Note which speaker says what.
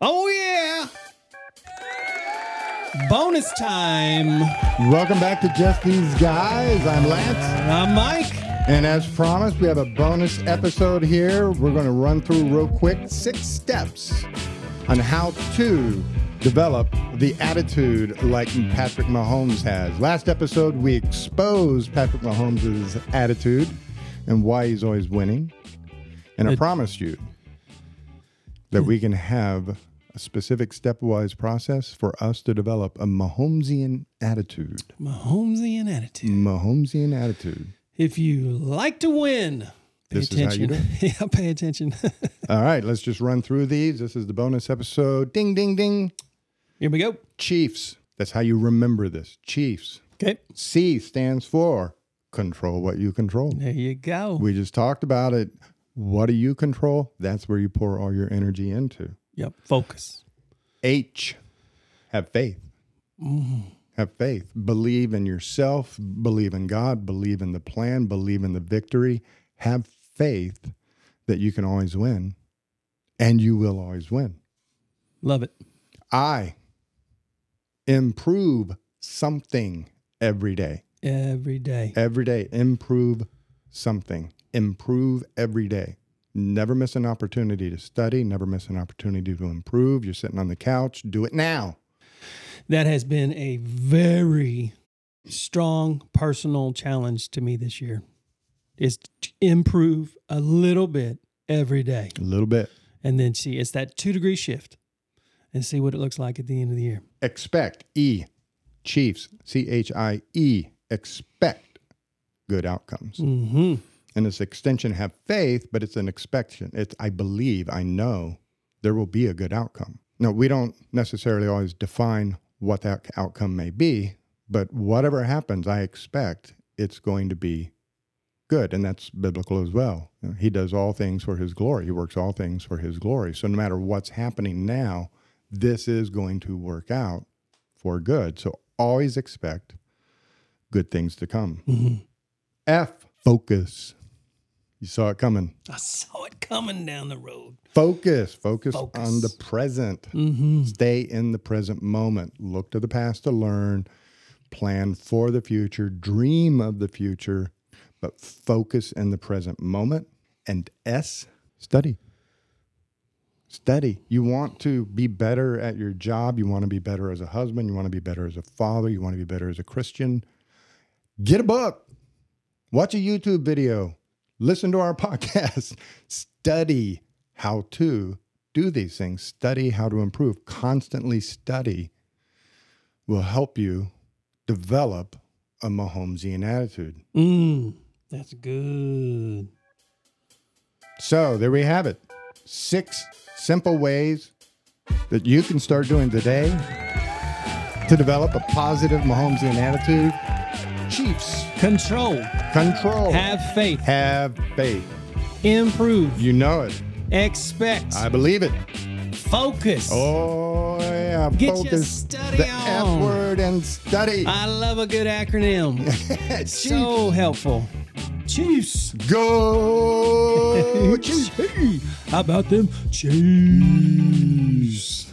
Speaker 1: Oh yeah! Bonus time.
Speaker 2: Welcome back to Just These Guys. I'm Lance.
Speaker 1: I'm Mike.
Speaker 2: And as promised, we have a bonus episode here. We're going to run through real quick six steps on how to develop the attitude like Patrick Mahomes has. Last episode, we exposed Patrick Mahomes' attitude and why he's always winning. And I promised you that we can have a specific stepwise process for us to develop a Mahomesian attitude.
Speaker 1: Mahomesian attitude.
Speaker 2: Mahomesian attitude.
Speaker 1: If you like to win, pay
Speaker 2: This is how you
Speaker 1: attention. yeah, pay attention.
Speaker 2: All right, let's just run through these. This is the bonus episode. Ding, ding, ding.
Speaker 1: Here we go.
Speaker 2: Chiefs. That's how you remember this. Chiefs.
Speaker 1: Okay.
Speaker 2: C stands for control what you control.
Speaker 1: There you go.
Speaker 2: We just talked about it. What do you control? That's where you pour all your energy into.
Speaker 1: yep. Focus.
Speaker 2: H, have faith. Have faith. Believe in yourself, believe in God, believe in the plan, believe in the victory. Have faith that you can always win and you will always win.
Speaker 1: Love it.
Speaker 2: I improve something every day.
Speaker 1: Every day.
Speaker 2: Every day, improve something. Improve every day. Never miss an opportunity to study, never miss an opportunity to improve. You're sitting on the couch, do it now.
Speaker 1: That has been a very strong personal challenge to me this year. Is to improve a little bit every day.
Speaker 2: A little bit.
Speaker 1: and then see it's that two degree shift and see what it looks like at the end of the year.
Speaker 2: Expect, E, Chiefs, C H I E, expect good outcomes.
Speaker 1: Mm-hmm.
Speaker 2: And it's extension, have faith, but it's an expectation. It's, I believe, I know there will be a good outcome. Now, we don't necessarily always define what that outcome may be, but whatever happens, I expect it's going to be good. And that's biblical as well. You know, He does all things for his glory, he works all things for his glory. So, no matter what's happening now, this is going to work out for good. So, always expect good things to come. F, focus. You saw it coming.
Speaker 1: I saw it coming down the road.
Speaker 2: Focus, focus,
Speaker 1: Focus.
Speaker 2: on the present. Stay in the present moment. Look to the past to learn, plan for the future, dream of the future, but focus in the present moment. And S, study. Study. You want to be better at your job. You want to be better as a husband. You want to be better as a father. You want to be better as a Christian. Get a book, watch a YouTube video, listen to our podcast, study how to do these things, study how to improve, constantly study will help you develop a Mahomesian attitude.
Speaker 1: Mm, that's good.
Speaker 2: So there we have it. Six simple ways that you can start doing today to develop a positive Mahomesian attitude. Chiefs,
Speaker 1: Control,
Speaker 2: control,
Speaker 1: have faith,
Speaker 2: have faith.
Speaker 1: improve,
Speaker 2: You know it.
Speaker 1: expect,
Speaker 2: I believe it.
Speaker 1: focus.
Speaker 2: Oh yeah,
Speaker 1: Get your
Speaker 2: focus.
Speaker 1: study
Speaker 2: the
Speaker 1: on.
Speaker 2: F word and study.
Speaker 1: I love a good acronym.
Speaker 2: Chiefs,
Speaker 1: so helpful. Chiefs.
Speaker 2: go Chiefs.
Speaker 1: Hey, how about them Chiefs?